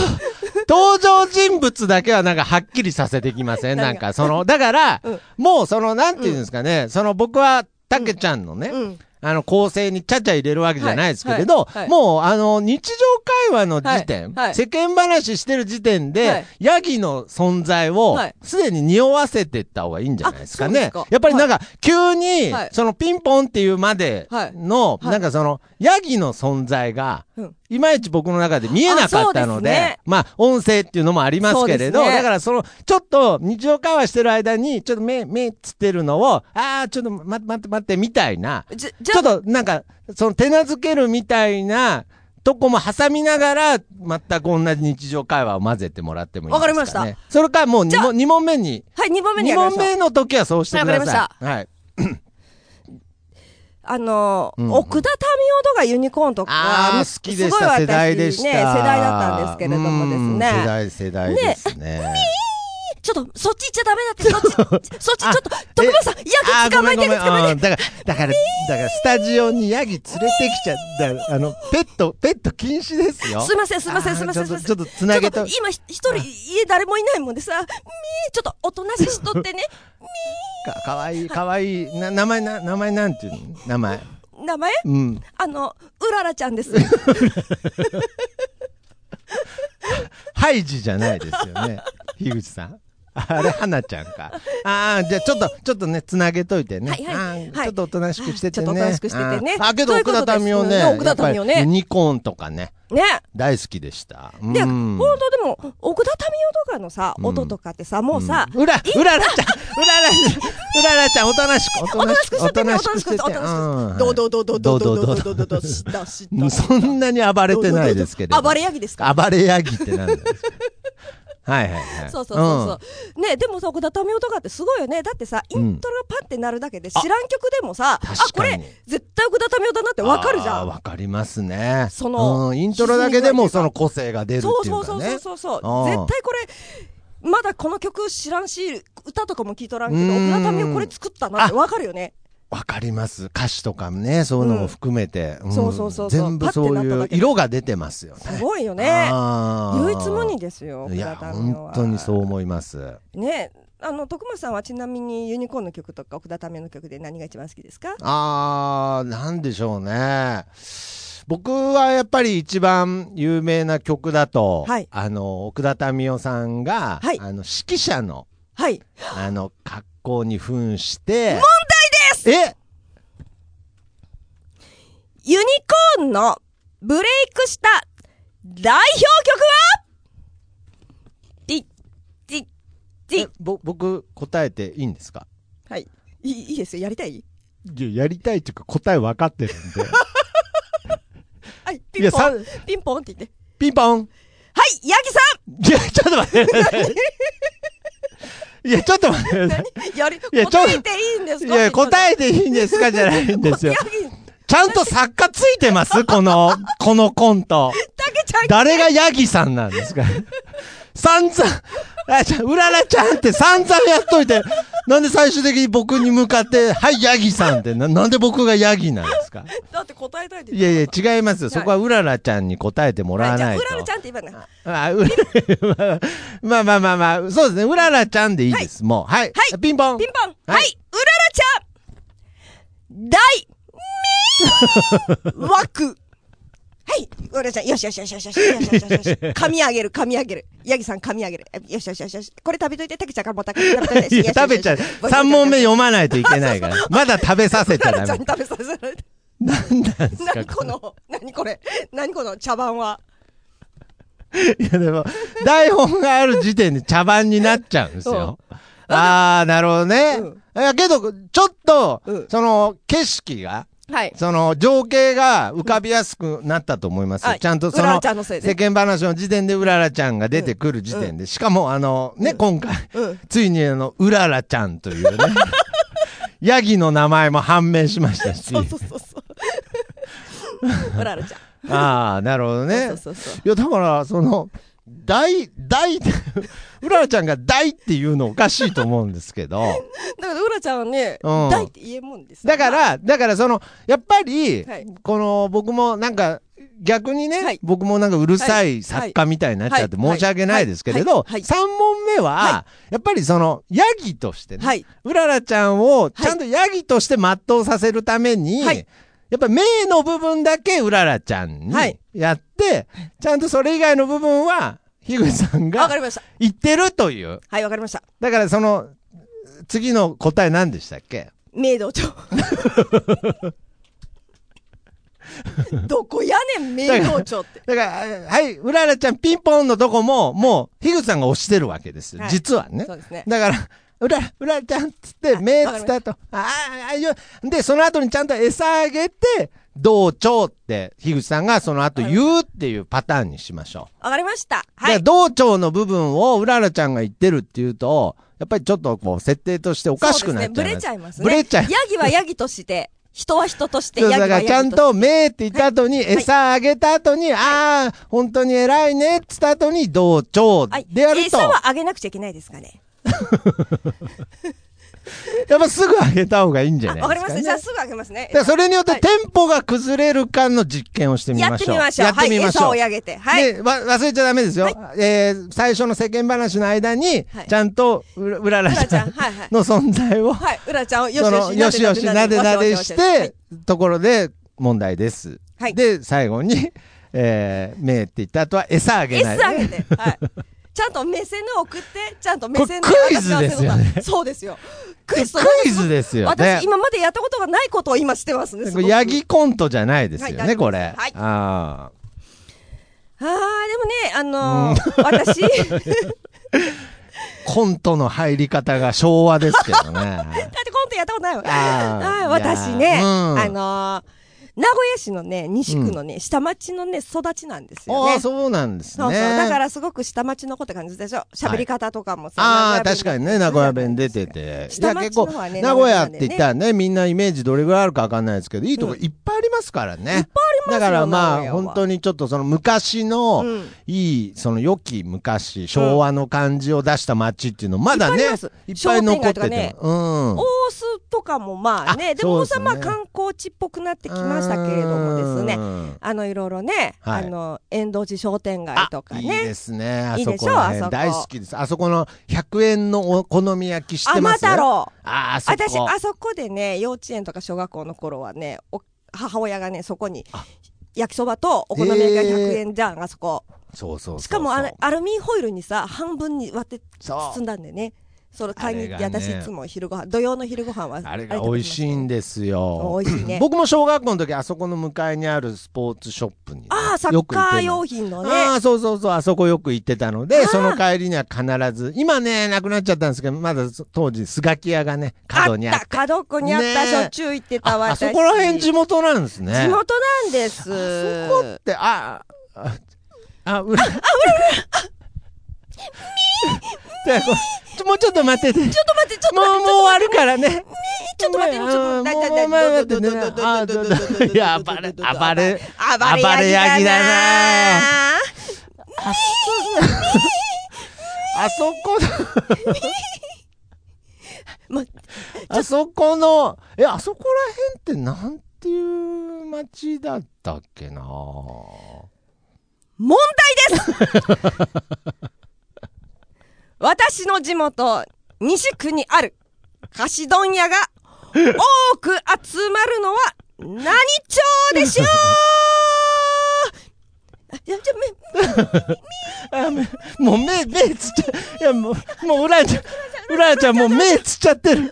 S3: 登場人物だけはなんかはっきりさせてきません
S2: 何が
S3: なんかその、だから、
S2: うん
S3: もうその、なんていうんですかね、その僕は、たけちゃんのね、
S2: うん
S3: あの、構成にちゃちゃ入れるわけじゃないですけれど、
S2: はいはいはい
S3: もう、あの、日常会話の時点、
S2: はいはい
S3: 世間話してる時点で、
S2: はい
S3: ヤギの存在を
S2: はい、
S3: すでに匂わせてった方がいいんじゃないですかね。
S2: あそうですか
S3: やっぱりなんか、急に、
S2: はい
S3: その、ピンポンっていうまでの、
S2: はい
S3: なんかその、ヤギの存在が、
S2: うん
S3: いまいち僕の中で見えなかったので、
S2: あそうですね
S3: まあ、音声っていうのもありますけれど、
S2: そうですね
S3: だからその、ちょっと日常会話してる間に、ちょっと目、目っつってるのを、あー、ちょっと待って待って待って、みたいな、
S2: じゃじ
S3: ち
S2: ゃ
S3: ょ
S2: あ
S3: っとなんか、その手なずけるみたいな、とこも挟みながら、全く同じ日常会話を混ぜてもらってもいいですか、ね。
S2: わかりました。
S3: それからもう
S2: じ
S3: 2,
S2: ゃ
S3: 問二問目に、
S2: はい2番目に
S3: 2
S2: やりま
S3: 問
S2: しょう
S3: 目の時はそうしてくだ
S2: わ
S3: さ
S2: か
S3: い。はい。
S2: あのー
S3: うん
S2: 奥田民生とかユニコーンとか、
S3: ああ、好きでした。世代でした。
S2: ね、世代だったんですけれどもです
S3: うん世
S2: ね。
S3: 代、世代ですね。
S2: ちょっと、そっち行っちゃダメ だって、そっち、そっちちょっと、徳間さん、ヤ
S3: あ
S2: ギ捕まえて、
S3: ーごめんごめん
S2: 捕まえ
S3: うん
S2: て。
S3: だから、だから、だから、スタジオにヤギ連れてきちゃった、だからあの、ペット、ペット禁止ですよ。
S2: すいません、すいませ
S3: あ
S2: ん、
S3: ー
S2: すいません。
S3: ちょっ
S2: すいませ
S3: と
S2: ん
S3: ちょっとつなげと
S2: ちょっ今、ひ一人、家誰もいないもんでさ、みー、ちょっと、おとなしいしとってね、
S3: か、かわいい、かわいい。な、名前な、名前なんていうの名前。
S2: 名前
S3: うん。
S2: あの、うららちゃん です。はい、
S3: ハイジじゃないです よね。樋口さん。あれ、花ちゃんか。ああ、じゃあちょっと、ちょっとね、つなげといてね。
S2: はいはい
S3: あー
S2: はい
S3: ちょっとおとなしくしててね。
S2: ちょっとおとなしくしててね
S3: あーあーけど、
S2: というこ
S3: 奥
S2: とです
S3: 田民生ね。
S2: ね奥田民生ね
S3: やっぱりユニコーンとかね、
S2: ね。
S3: 大好きでした。うん
S2: で、本当でも、奥田民生とかのさ、
S3: うん
S2: 音とかってさ、もうさ、
S3: うら、うららちゃん、うららちゃん、うららちゃん、おとなしく、お
S2: おとなしくしとってね、おとなしくしとって、おとなしくしとって。どうどうどうどうどうどうどうどうどうどうどうどうしだし
S3: うん
S2: だ
S3: そんなに暴れてないですけれど。
S2: 暴れヤギですか
S3: 暴れヤギってなんですかはいはいはい。
S2: そうそうそうそう、ねでもさ奥田民生とかってすごいよねだってさイントロがパンって鳴るだけで知らん曲でもさ、あ
S3: 確
S2: こ
S3: かに
S2: れ絶対奥田民生だなって
S3: うん。
S2: わかるじゃ
S3: あー
S2: ん
S3: わかりますね。
S2: その
S3: うんイントロだけでもその個性が出るってい
S2: そう
S3: うかね。
S2: そうそうそうそうそう
S3: あー
S2: 絶対これまだこの曲知らんし歌とかも聞いとらんけ
S3: う
S2: ど
S3: ーん
S2: 奥田民生これ作ったなってわかるよね
S3: わかります。歌詞とかもね、そういうのも含めて。ん
S2: そうそうそうそう
S3: 全部そう
S2: パッてなった
S3: いう
S2: だけで
S3: 色が出てますよね。
S2: すごいよね
S3: あー
S2: 唯一無二ですよ奥
S3: いや、
S2: 田民生は
S3: 本当にそう思います。
S2: ねあの徳間さんはちなみにユニコーンの曲とか奥田民生の曲で何が一番好きですか
S3: あー、なんでしょうね。僕はやっぱり一番有名な曲だと、
S2: はい
S3: あの、奥田民生さんが、
S2: はい
S3: あの、指揮者の、
S2: はい
S3: あの、格好に扮して、問題ですえ
S2: ユニコーンのブレイクした代表曲はティッティッティッ
S3: えぼ、僕、答えていいんですか
S2: はい。いいいいですよ。やりたい
S3: いや、やりたいっていうか答え分かってるんで。
S2: はい。
S3: い
S2: ピン
S3: や、
S2: ポ
S3: さ
S2: ン。、ピンポンって言って。
S3: ピンポン
S2: はい、ヤギさ
S3: いや、ちょっと 待って。いや、ちょっと待って。
S2: んやり、
S3: いやちょ
S2: 答えていいんです
S3: い
S2: か
S3: や、答
S2: え
S3: えていいんですかじゃないんですよ
S2: ヤ。ギ、
S3: ちゃんと作家ついて ますこの、このコント。
S2: たけちゃん、
S3: 誰がヤギさんなんですか散々、あ、じゃあ、うららちゃんって散々やっといて、なんで最終的に僕に向かって、はい、ヤギさんってな、なんで僕がヤギなんですか
S2: だって答えたいって
S3: い
S2: 言
S3: や
S2: っ
S3: い
S2: て
S3: や、違いますよ。そこはうららちゃんに答えても
S2: た
S3: ら
S2: はい
S3: わ
S2: じゃ
S3: な
S2: あ、
S3: いうと。
S2: ららちゃんって言えばな。
S3: あ、うら、 まあまあまあまあ、そうですね。うららちゃんでいいです。もう。はい。
S2: はい
S3: ピンポン。
S2: ピンポン。
S3: は
S2: はいい、うららちゃん大、みー、枠。はい、うららちゃん、よしよしよしよしよしよしよ しよし。噛み上げる、噛み上げる。ヤギさん噛み上げる。よしよしよしよし。これ食べといて、たけちゃんからもたけ食べといて。
S3: いや、食べちゃう。3問目読まないといけな いから。まだ食べさせちゃ
S2: うららちゃん
S3: ダ
S2: に。
S3: メ
S2: 食べさせられて。
S3: なんなんですか
S2: 何この、何これ、何この茶番は。
S3: いやでも、台本がある時点で茶番になっちゃうんですよ。あー、なるほどね。
S2: うん
S3: いやけど、ちょっと、
S2: うん
S3: その、景色が、
S2: はい。
S3: その情景が浮かびやすくなったと思いますよ
S2: はい
S3: ちゃんとそう
S2: ら
S3: の
S2: らちゃんのせいで
S3: 世間話の時点でうららちゃんが出てくる時点で、しかもあのね、今回、
S2: うん
S3: ついにあのうららちゃんと いうねヤギの名前も判明しましたし
S2: そうそうそうそう。うららちゃん。
S3: ああなるほどね
S2: そうそうそうそう。
S3: いやだからその大大うららちゃんが大っていうのおかしいと思うんです けど
S2: だからうらちゃんはね、
S3: うん
S2: 大って言えんもんですよ
S3: だからだからそのやっぱり、
S2: はい
S3: この僕もなんか逆にね、
S2: はい
S3: 僕もなんかうるさい作家みたいになっちゃって
S2: はいはい
S3: 申し訳ないですけれど、
S2: はいはい
S3: 3問目は、
S2: は
S3: やっぱりそのヤギとしてね、
S2: はい。
S3: うららちゃんをちゃんとヤギとして全うさせるために、
S2: はい
S3: やっぱ名の部分だけうららちゃんに
S2: はい
S3: やって、ちゃんとそれ以外の部分は、樋口さん
S2: わか
S3: が
S2: りました。
S3: 言ってるという。
S2: はい、わかりました。
S3: だからその、次の答え何でしたっけ
S2: 明道 町。どこやねん、明道町って。
S3: だから、あはい、うららちゃんピンポンのとこも、もう、樋口さんが押してるわけですよ。
S2: はい
S3: 実はね
S2: そう。ですね。
S3: だから、うら、うららちゃんっつって、目つったと、ああ、ああいう、で、その後にちゃんと餌あげて、同調って、樋口さんがその後言うっていうパターンにしましょう。
S2: わかりました。
S3: だ
S2: は
S3: から
S2: い。
S3: 同調の部分をうららちゃんが言ってるっていうと、やっぱりちょっとこう、設定としてお
S2: お
S3: かしくなっちゃ
S2: ブ
S3: う
S2: レちゃいますね。
S3: ブレちゃ
S2: ヤ
S3: い
S2: ギはヤギとして、人は人として、
S3: そ
S2: ヤ
S3: う
S2: ギ
S3: だ
S2: は
S3: か
S2: ヤ
S3: ら
S2: ギ
S3: ちゃんと「め」って言った後に餌あげた後に「ああ本当に偉いね」っつった後に「同調」
S2: はい。
S3: でやると
S2: 餌
S3: や
S2: はあげなくちゃいけないですかね。
S3: っぱすぐあげた方がいいんじゃ
S2: あ、
S3: ない
S2: わか
S3: で
S2: りました。
S3: すかね
S2: じゃあすぐあげますね
S3: だか。らそれによって
S2: はい
S3: テンポが崩れるかの実験をしてみ
S2: や
S3: ま
S2: っ
S3: してょう
S2: みましょう。
S3: やってみまし
S2: はい。餌
S3: ょ
S2: を
S3: う
S2: やげて。はい。
S3: でわ忘れちゃダメですよ、えー最初の世間話の間に、
S2: はい
S3: ちゃんとうらうらら
S2: うら
S3: ち
S2: ち
S3: ゃ
S2: ゃ
S3: ん
S2: んはいはい
S3: の存在を、
S2: はい。うらちゃんをよ
S3: その
S2: し
S3: よ
S2: よ
S3: し
S2: し
S3: よしなでなでし。
S2: よよよ
S3: てところで問題です、
S2: はい
S3: で最後に「えー、目」って言った後は餌あげない
S2: S あげて、はい、ちゃんと目線を送って、ちゃんと目線で
S3: これクイズですよね
S2: 私はそういうことはそうですよ。クイズと
S3: クイズですよね
S2: 私、今までやったことがないことを今してますね。す
S3: こ
S2: ごく
S3: れヤギコントじゃないですよね、
S2: はい
S3: これ、
S2: はい
S3: あー
S2: ああ、でもね、あのー私、 だって
S3: コントの入り方が昭和ですけどね
S2: コントやったことないわ。
S3: あー
S2: はい私ね、
S3: いやーうん
S2: あのー名古屋市のね、西区のね、下町のね、育ちなんですよ
S3: あ
S2: ね。
S3: あそうなんですね
S2: そうそう。だからすごく下町の子って感じでしょ。喋り方とかもさ
S3: ああ
S2: 名古屋弁
S3: 確かにね名古屋弁出ててい
S2: 下
S3: や
S2: 町
S3: 結構
S2: の方はね
S3: 名古屋って言ったらねみんなイメージどれぐらいあるかわかんないですけどいいとこ
S2: うん
S3: いっぱいありますからね、
S2: いっぱいありますよ
S3: だから
S2: 名
S3: ま
S2: 古
S3: あ
S2: 屋は
S3: 本当にちょっとその昔の
S2: うん
S3: いいその良き昔昭和の感じを出した街っていうのまだ
S2: い
S3: ね
S2: っぱいあります
S3: いっぱい残っ
S2: 商
S3: てて、
S2: 店街とかね
S3: うん
S2: 大須とかもまあね、
S3: あ
S2: でもさ、
S3: そうで
S2: ま
S3: す
S2: あ
S3: ね
S2: 観光地っぽくなってきましたけれどもですね、
S3: うん
S2: あのいろいろね、
S3: はい
S2: あの遠藤寺商店街
S3: あ
S2: とか
S3: いいで
S2: ね、
S3: すねあ
S2: いい
S3: そ
S2: でしょ
S3: こら
S2: あそこ
S3: 辺大好きですあそこの100円のお好み焼き知って
S2: 天
S3: ます
S2: 太郎、
S3: ああそこ
S2: 私、あそこでね、幼稚園とか小学校の頃はね、お母親がね、そこに
S3: あ
S2: 焼きそばとお好み焼きが
S3: えー
S2: 100円じゃん、あそこ、
S3: そうそうそうそう
S2: しかもあのアルミホイルにさ、半分に割って
S3: そう
S2: 包んだんでね、それ買いに行って、
S3: あれがね
S2: 私、いつも昼ご飯土曜の昼ご飯は
S3: あれが美味しいん
S2: で。
S3: ですよ。
S2: 美味しいね
S3: 僕も小学校の時あそこの向かいにあるスポーツショップにね、
S2: ああ、サ
S3: よ
S2: ッ
S3: く行っ
S2: カー
S3: てんの
S2: 用品のね。
S3: ああそうそうそうあそこよく行ってたの
S2: あ
S3: で
S2: ー
S3: その帰りには必ず今ねなくなっちゃったんですけどまだそ当時スガキ屋がね角にあっ
S2: あった角っこにあった、
S3: ねえ
S2: しょっちゅう行ってた
S3: ああ
S2: 私
S3: そこら辺地元なんですね
S2: 地元なんです
S3: あそこってああああ裏あ 裏もうちょっと待ってて
S2: ちょっと待ってちょっと
S3: もう
S2: 待
S3: もう
S2: って
S3: 終わるからね
S2: ちょっと待ってちょっと待ってちょっと待ってちょっと待って
S3: ていや暴れ暴れ
S2: 暴れヤギ
S3: な
S2: だな
S3: あそこ
S2: もう
S3: あそこのえあそこら辺ってなんていう町だったっけな
S2: 問題です私の地元西区にある菓子問屋が多く集まるのは何町でしょうあいやちょめ
S3: あめもう目目つっちゃいやもうもううららちゃんうららちゃんもう目つっちゃってる目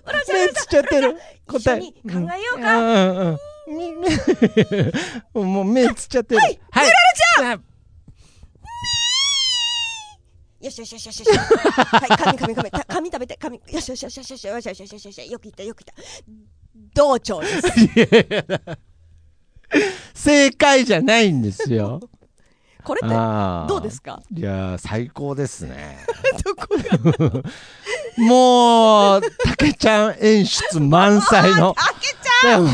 S3: つっちゃってる
S2: 一緒
S3: 答え
S2: に考えようか。
S3: うんうんうん、 もう目つっちゃってる。はい、はい、ららちゃん
S2: よしよしよしよしよし。はい、紙紙紙た紙食べて紙。よしよしよしよしよしよしよしよしよしよしよしよく言ったよく言った。道長です。
S3: 正解じゃないんです よ。
S2: これって
S3: あー
S2: どうですか
S3: いやー最高ですね。
S2: どこが
S3: もう、たけちゃん演出満載の。
S2: あけち
S3: でも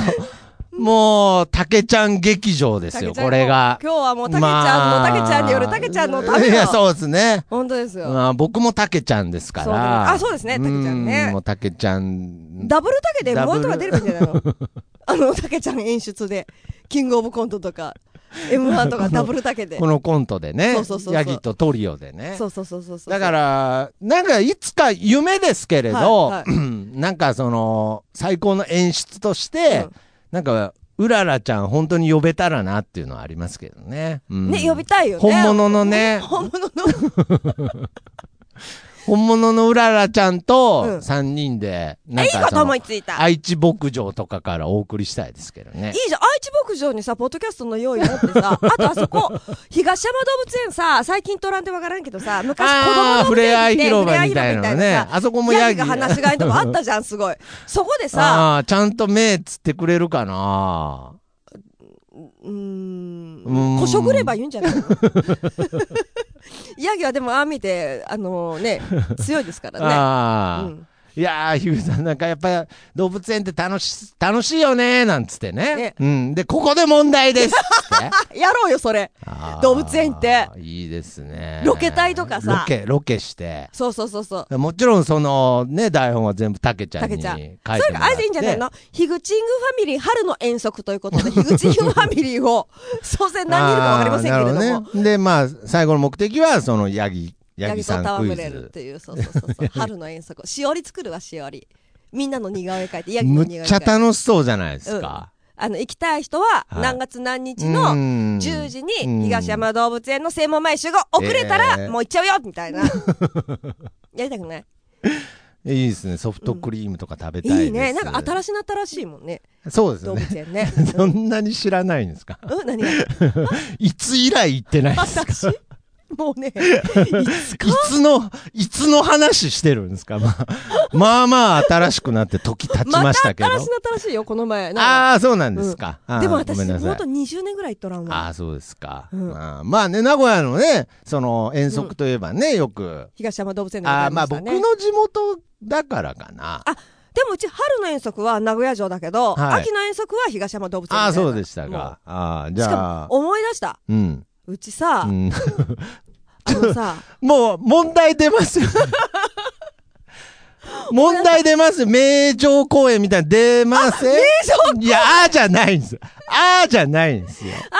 S3: もう、たけちゃん劇場で
S2: ゃん
S3: すよ、
S2: たけちゃん
S3: これが。
S2: 今日はもうたけちゃんのたけちゃんによる
S3: まあ
S2: たけちゃんのため
S3: いや、
S2: の
S3: そうですね。
S2: 本当ですよ
S3: まあ、僕もたけちゃんですか
S2: そうだ
S3: ら。
S2: ねあそうですねたけちゃんね
S3: うもうたけちゃん。
S2: ダブルたけで
S3: ダブル
S2: もうとか出ればいいんじゃない のあのたけちゃん演出でキングオブコントとか M1 とかダブルたけで
S3: このコントでね
S2: そうそうそうそう、
S3: ヤギとトリオでね。
S2: そうそうそうそうそう
S3: だから、なんかいつか夢ですけれど、
S2: はいは
S3: なんかその、最高の演出として、なんか、うららちゃん本当に呼べたらなっていうのはありますけどね。うん
S2: ね呼びたいよね
S3: 本物のね
S2: 本物の
S3: 本物のうららちゃん
S2: う
S3: と
S2: ん
S3: 3人で、なん
S2: えいい
S3: か
S2: こと
S3: そ
S2: 思
S3: の
S2: い、ついたい
S3: 愛知牧場とかからお送りしたいですけどね
S2: い。じゃん愛知牧場にさポッドキャストの用意持って さあとあそこ東山動物園さ最近取らんでわからんけどさ昔子供
S3: ああ、
S2: の
S3: 触れ合い広場みたいなのね。
S2: さ
S3: あそこも
S2: ヤ
S3: ヤ
S2: ギ
S3: ギ。
S2: が話し飼いとかあったじゃん、す ごい。そこでさ、
S3: ああ、ちゃんと目つってくれるかな。
S2: うーん
S3: う、ん
S2: こしょぐれば言うんじゃないの ヤギはでも、ああ見て、あの ね、強いですからね。
S3: ああ。
S2: うん
S3: いやー、ヒグさんなんかやっぱり動物園って楽し、楽しいよねーなんつってね。
S2: ね
S3: うん。で、ここで問題ですっつって
S2: あやろうよ、それ。
S3: あー
S2: 動物園って。
S3: いいですね。
S2: ロケ隊とかさ
S3: ロケ、ロケして。
S2: そうそうそうそう。
S3: もちろんそのね、台本は全部たけちゃんに
S2: 竹ち
S3: 書
S2: ゃん
S3: いても
S2: そ
S3: らっ
S2: れ
S3: て。
S2: があれでいいんじゃないのヒグチングファミリー、春の遠足ということ で、ヒグチングファミリーを、 当然何人いるかわかりませんけれど
S3: あーなる
S2: も
S3: ほ。どね。で、まあ、最後の目的は、その、ヤギ、ヤ
S2: ヤ
S3: ギ
S2: ギ
S3: さ
S2: と
S3: んクイ
S2: 戯れるっ
S3: ズ。
S2: ていう、そうそうそうそう。春の遠足。しおり作るわ、しおり。みんなの似顔絵描いて、ヤギの
S3: む
S2: 似
S3: っ
S2: 顔絵
S3: ちゃ
S2: 描いて。
S3: 楽しそうじゃないですか。
S2: あの、行きたい人は、
S3: はい
S2: 何月何日
S3: う
S2: の
S3: ん
S2: 10時
S3: うん
S2: に、東山動物園の正門前集合、遅れた
S3: ええ
S2: ら、もう行っちゃうよみたいな。や りたくない
S3: いいですね。ソフトクリームとか食べたいです。
S2: いいね。なんか新しなったらしいもんね。
S3: そうです
S2: 動
S3: ね。
S2: 物園ね。
S3: そんなに知らないんですか
S2: うん、何が
S3: いつ以来行ってないですか
S2: 私 もうね、いつ
S3: い
S2: か
S3: つの、いつの話してるんです かまあ、まあまあ新しくなって時経ちま
S2: ま
S3: したたけど。
S2: 新しなったらしいよ、この前。なんか
S3: ああ、そうなんですか。あー
S2: でも
S3: ご
S2: 私、
S3: めんなさい
S2: もっと20年ぐらい行っとらん
S3: あ
S2: わ。
S3: あ、そうですか、
S2: うん
S3: あーまあね、名古屋のね、その遠足といえばね、よく。
S2: 東山動物園でご
S3: あ
S2: ざ
S3: あ、
S2: い
S3: まあ
S2: ました
S3: 僕
S2: ね。
S3: の地元だからかな。あ
S2: あでもうち春の遠足は名古屋城だけど、
S3: はい
S2: 秋の遠足は東山動物園
S3: あー、そうで
S2: し
S3: した
S2: もう
S3: か。ああ、じ
S2: し
S3: ゃ
S2: か
S3: あ。
S2: も思い出した
S3: うん。
S2: うちさ、
S3: うん、
S2: あ のさ
S3: もう、問題 出ますよ。問題出ます。名城公園みたいなの出ます。名城公園いや、あーじゃないんです。あーじゃないんですよ。
S2: あ名所公園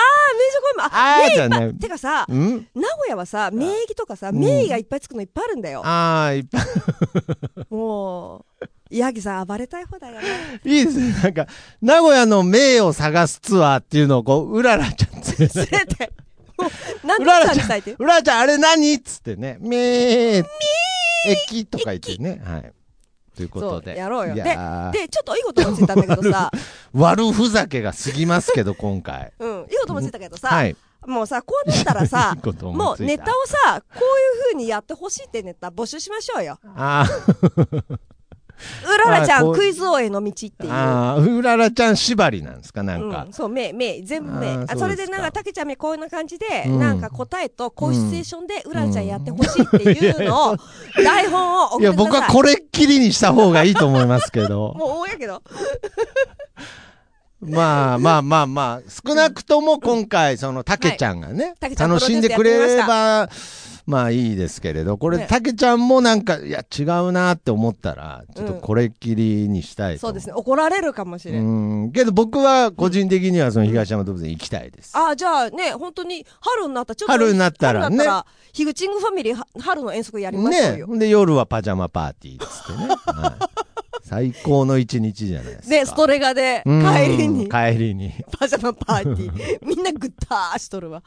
S2: も
S3: あーじ
S2: 名
S3: ゃない
S2: いっぱいてかさ
S3: うん
S2: 名古屋はさ名義とかさ名義がいっぱいつくのいっぱいあるんだよ、
S3: ああ、いっぱい。
S2: もうヤギさん暴れたい方だ よね
S3: いいですね。なんか、名古屋の名を探すツアーっていうのを、こう、うららちゃん連れ て。
S2: 連れて もうなん
S3: う
S2: と
S3: ら
S2: から
S3: ち
S2: に
S3: ゃん、
S2: したいっていう
S3: うららちゃん、あれ何っつってね。めー。駅とか言ってね。はい。ということ
S2: そう
S3: で。
S2: やろうよ
S3: い
S2: で
S3: やー
S2: でちょっといいこと思いついたんだけど さ
S3: 悪ふざけが過ぎますけど、今回。
S2: うんいいこと思いついたけどさ、
S3: はい。
S2: もうさこうなったらさ
S3: いいこと思
S2: も
S3: いうついた
S2: ネタをさこういう風にやってほしいってネタ募集しましょうよ
S3: あ
S2: うららちゃ
S3: あこ
S2: ん
S3: う
S2: クイズ王への道って
S3: ー
S2: いう
S3: あー、うららちゃん縛りなんですか、なんか
S2: うん、。そう、目、目、全部目。
S3: あー
S2: あそ
S3: そうで
S2: れ
S3: すか
S2: でなんか、たけちゃん目こういうような感じで、
S3: うん
S2: なんか答えと、こういうシチュエーションで、うららちゃんやってほしいっていうのを、台本を送ってください。
S3: いや、僕はこれっきりにした方がいいと思いますけ ど。
S2: もう大やけど。
S3: まあまあまあまあ、少なくとも今回、その、たけちゃんがね、
S2: 竹ちゃん
S3: 楽しんでくれれ
S2: プロ
S3: ば、まあいいですけれど、これ、
S2: ね
S3: たけちゃんもなんか、いや、違うなって思ったら、ちょっと
S2: うん
S3: これっきりにしたいと
S2: そう
S3: 思う。
S2: ですね。怒られるかもしれん。
S3: うん。けど僕は、個人的には、その、東山動物園行きたいです。
S2: ああ、じゃあね、本当に、春になったら、ちょっと。
S3: 春になったらね
S2: 春になったらヒグチングファミリー、は春の遠足やりましょう
S3: ね
S2: よ。
S3: ほんで、夜はパジャマパーティーっつってね。はい、最高の一日じゃないですか。
S2: で、ストレガで、
S3: うん
S2: 帰りに、
S3: 帰 りに。
S2: パジャマパーティ ー。みんなぐったーしとるわ。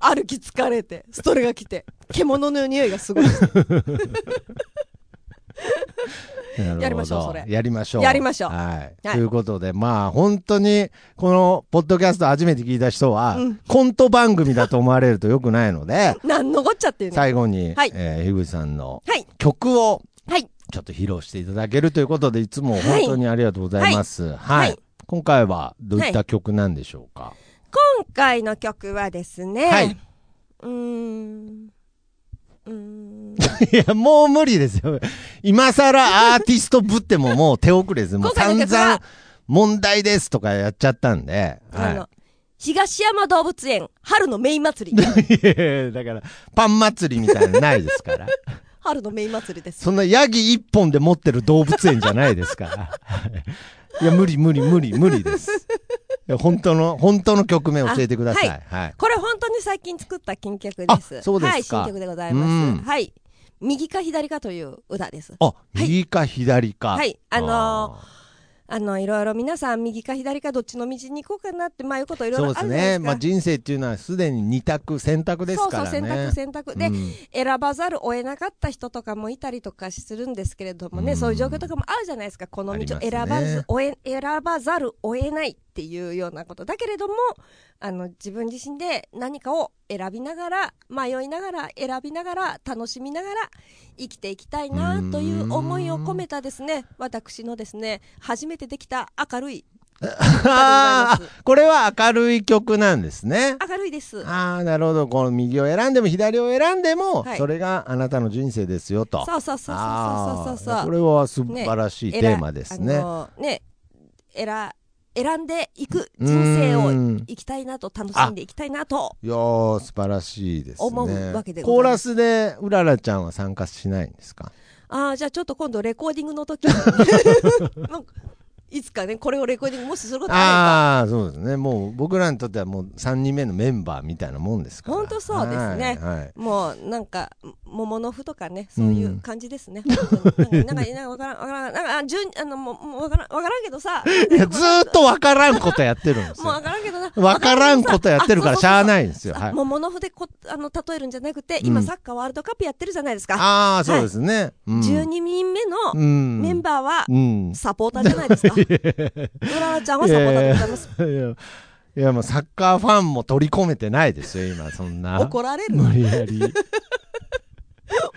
S2: 歩き疲れて、ストレガ来て、獣の匂いがす ごい。や
S3: なるほど
S2: りましょうそれ
S3: やりましょう。
S2: やりましょう
S3: はい。
S2: はい
S3: ということで、まあ、本当に、この、ポッドキャスト初めて聞いた人は、
S2: うん
S3: コント番組だと思われると良くない ので、
S2: なんのこっちゃっていうね。
S3: 最後に、
S2: はい
S3: えー、樋口さんの
S2: はい。
S3: 曲を、
S2: はい。
S3: ちょっと披露していただけるということで、いつも本当にありがとうございます。
S2: い
S3: はい。
S2: はい
S3: 今回は、どういっ
S2: は
S3: た曲なんでしょうか、
S2: 今回の曲はですね、
S3: はい。
S2: うーん、うーん、
S3: いや、もう無理ですよ。今更アーティストぶってももう手遅れです。もう
S2: 今回
S3: 散
S2: の曲は
S3: 々問題ですとかやっちゃったんで。
S2: あの
S3: は、
S2: 東山動物園、春のメイン祭り。
S3: い。いやいやだから、パン祭りみたいなのないです から。
S2: 春のメイン祭りです。
S3: そんなヤギ一本で持ってる動物園じゃないですから。いや、無理無理無理無理です。いや本当の、本当の曲名教えてください。
S2: あ
S3: はい。
S2: これ本当に最近作った新曲です。
S3: あそうですか
S2: はい、新曲でございうま
S3: ん
S2: す。はい。右か左かという歌です。
S3: あ、右か左か。
S2: はいあの
S3: ー
S2: あの、いろいろ皆さん右か左かどっちの道に行こうかなって、まあいうこといろいろ
S3: そ
S2: あ
S3: う
S2: る
S3: で
S2: じ
S3: す
S2: ゃないで
S3: ね。
S2: すか。
S3: まあ人生っていうのはすでに二択、選択ですか
S2: そうそ
S3: らね。
S2: う、選択、選択。で、
S3: うん
S2: 選ばざるを得なかった人とかもいたりとかするんですけれどもね、
S3: うん
S2: そういう状況とかもあるじゃないですか、この道
S3: あ
S2: を
S3: り
S2: 選
S3: ます
S2: ば
S3: ね
S2: ず、おえ選ばざるを得ないっていうようなこと。だけれども、あの、自分自身で何かを選びながら、迷いながら、選びながら、楽しみながら、生きていきたいなという思いを込めたですね、私のですね、初めてできた明るい、
S3: あーこれは明るい曲なんですね。
S2: 明るいです。
S3: ああ、なるほど。この右を選んでも左を選んでも、
S2: はい
S3: それがあなたの人生ですよと。
S2: そうそうそうそうそうそうそう
S3: あーこれは素晴らしいテーマです
S2: え
S3: ね。
S2: らあのね、えら選んでいく人生を
S3: うん
S2: 生きたいなと、楽しんでいきたいなと。
S3: いやー素晴らしいですね。
S2: 思うわけでございます
S3: コーラスでうららちゃんは参加しないんですか
S2: ああ、じゃあちょっと今度レコーディングの時になんかいつかね、これをレコーディングもしすることあ
S3: ああー、そうですね。もう僕らにとってはもう3人目のメンバーみたいなもんですから。
S2: ほんとそうですね
S3: はいはい
S2: れば、もうなんか、桃の符とかね、そういう感じですね。本当になんか、なんか、わからん、わからん、なんか、あ順あの、もう、もうわからん、わからんけどさ。
S3: いや、ずーっとわからんことやってるんです
S2: もうわ
S3: よ。
S2: からんけどな。
S3: わからんことやってるからしゃあないんですよ。はい
S2: あ。もうモノフでこあの例えるんじゃなくて、
S3: う
S2: 今
S3: ん
S2: サッカーワールドカップやってるじゃないですか。
S3: ああ、そうですね。うん
S2: 12人目の
S3: うん
S2: メンバーは
S3: うん。
S2: サポーターじゃない ですか。うららちゃんはサポーターでございます。
S3: いや、いやもうサッカーファンも取り込めてないですよ、今、そんな。
S2: 怒られる
S3: 無理やり。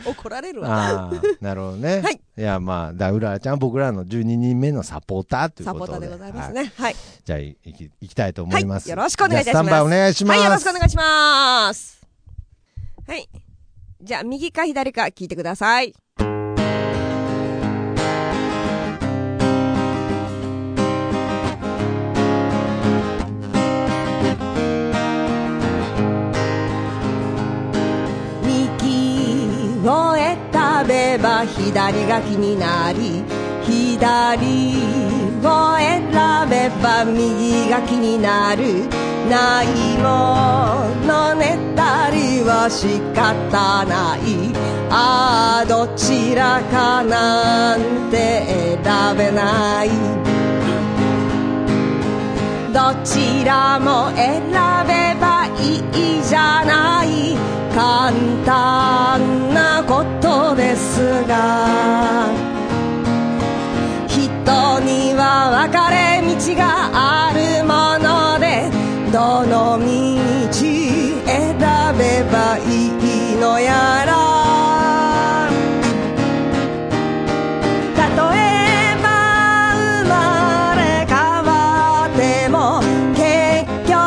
S2: 怒られるわ。
S3: ああ、なるほどね。
S2: はい。
S3: や、まあ、だうららちゃん、僕らの12人目のサポーターという
S2: サポ
S3: こ
S2: ータ
S3: と
S2: ー
S3: で。
S2: でございます
S3: は
S2: ね。はい。
S3: じゃあ、いいきいきたいと思
S2: はい
S3: います。
S2: よろしくお願いいたします
S3: じゃあスタンバイお願いします。
S2: はい、よろしくお願いします。はい。じゃあ、右か左か聞いてください。右を選べば左が気になり左を選べば右が気になるないものねたりは仕方ないああどちらかなんて選べないどちらも選べばいいじゃない簡単なことですが人には分かれ道があるものでどの道選べばいいのやら例えば生まれ変わっても結局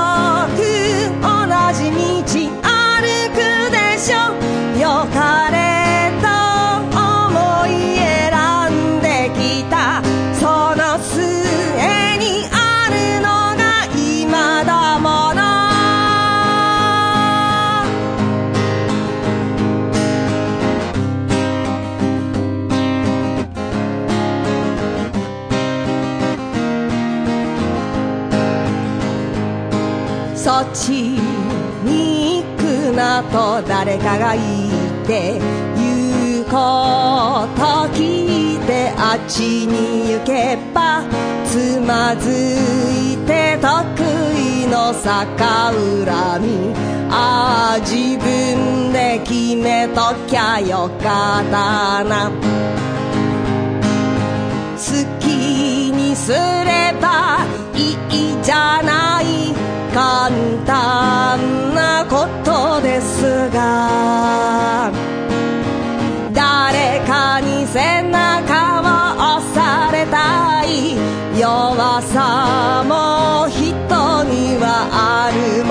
S2: 同じ道歩くでしょ良かれと思い選んできたその末にあるのが今だものそっちに行くなと誰かが言って言うこと聞いてあっちに行けばつまずいて得意の逆恨みああ自分で決めときゃよかったな好きにすればいいじゃない簡単なことですが誰かに背中を押されたい弱さも人にはある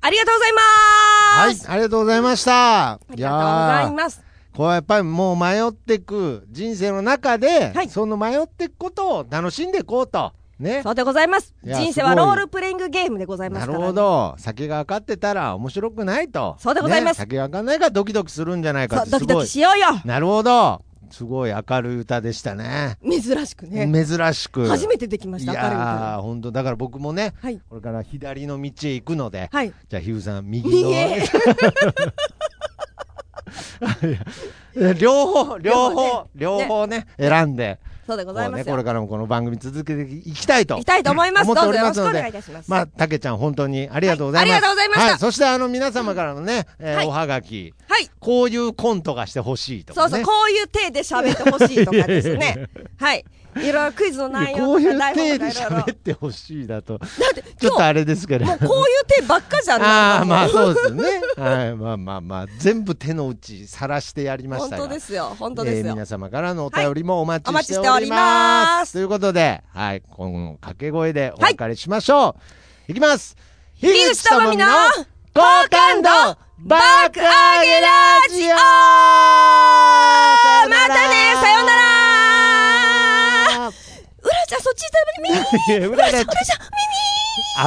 S2: ありがとうございま
S3: はい
S2: す、
S3: ありがとうございました
S2: ありがとうご
S3: いや
S2: ざい
S3: ー
S2: ます。
S3: こうやっぱりもう迷ってく人生の中で、
S2: はい
S3: その迷ってくことを楽しんでいこうとね
S2: そうでございます。
S3: いや
S2: 人生
S3: す
S2: は
S3: ごい
S2: ロールプレイングゲームでございますか
S3: なる
S2: ら、
S3: ほど酒が分かってたら面白くないと
S2: そうでございます
S3: ね酒が分かんないからドキドキするんじゃない
S2: そ
S3: かっ
S2: う
S3: て
S2: ドキド
S3: すごい
S2: キしようよ。
S3: なるほどすごい明るい歌でしたね
S2: 珍しくね。
S3: 珍しく
S2: 初めてできまし
S3: い
S2: た。明るい歌
S3: やー本当だから僕もね、
S2: はい
S3: これから左の道へ行くので、
S2: はい
S3: じゃあヒューさん右の
S2: 右 へ
S3: 両方両
S2: 両
S3: 方両方ね選んで
S2: そうでござい
S3: こう
S2: ま
S3: ね
S2: す
S3: こ
S2: よ。
S3: れからもこの番組続けていきたいと
S2: いきたいと思います。
S3: 思
S2: どう
S3: って
S2: ぞ
S3: おり
S2: よろ
S3: ま
S2: しくお願いいた
S3: すので
S2: します。
S3: まあ、たけちゃん、本当にありがとうございま
S2: はいあ
S3: す。
S2: りがとうございました
S3: そして、あの、皆様からのね、えー
S2: はい
S3: おはがき、
S2: はい。
S3: こういうコントがしてほしいと
S2: そ
S3: か、
S2: う
S3: ね。
S2: そう、こういう体で喋ってほしいとかです ね。はい。いろいろクイズの
S3: い
S2: 内
S3: や
S2: 容
S3: こうい
S2: と
S3: う
S2: か台本
S3: 体で
S2: とかいろいろ。だ
S3: 喋ってほしいだと、
S2: って
S3: ちょっと
S2: 今
S3: あれですけど。
S2: 日、こういう手ばっかじゃん。
S3: ああ、ま
S2: な
S3: あ
S2: んかもう
S3: そうですね。はい、まあまあまあ、全部手の内さらしてやりまし
S2: 本
S3: た
S2: 当
S3: が
S2: で。すよ。本当で
S3: え
S2: す
S3: ー
S2: よ。
S3: 皆様からのお便りもお待
S2: お
S3: ち
S2: 待
S3: し
S2: ち
S3: て
S2: して
S3: お
S2: お
S3: り
S2: り
S3: ます。
S2: ます
S3: ということで、はい、今後の掛け声でお別れしましょう。い、きます。樋
S2: 口智美の
S3: 好感度爆上げラジオ
S2: ま
S3: ま
S2: たね、さようならうらちゃん、そっち行ったのに、みー
S3: いや、うららちゃん
S2: うらちゃん、み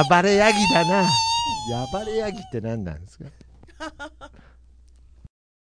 S2: ーみー
S3: 暴れヤギだな。暴れヤギって何なんですか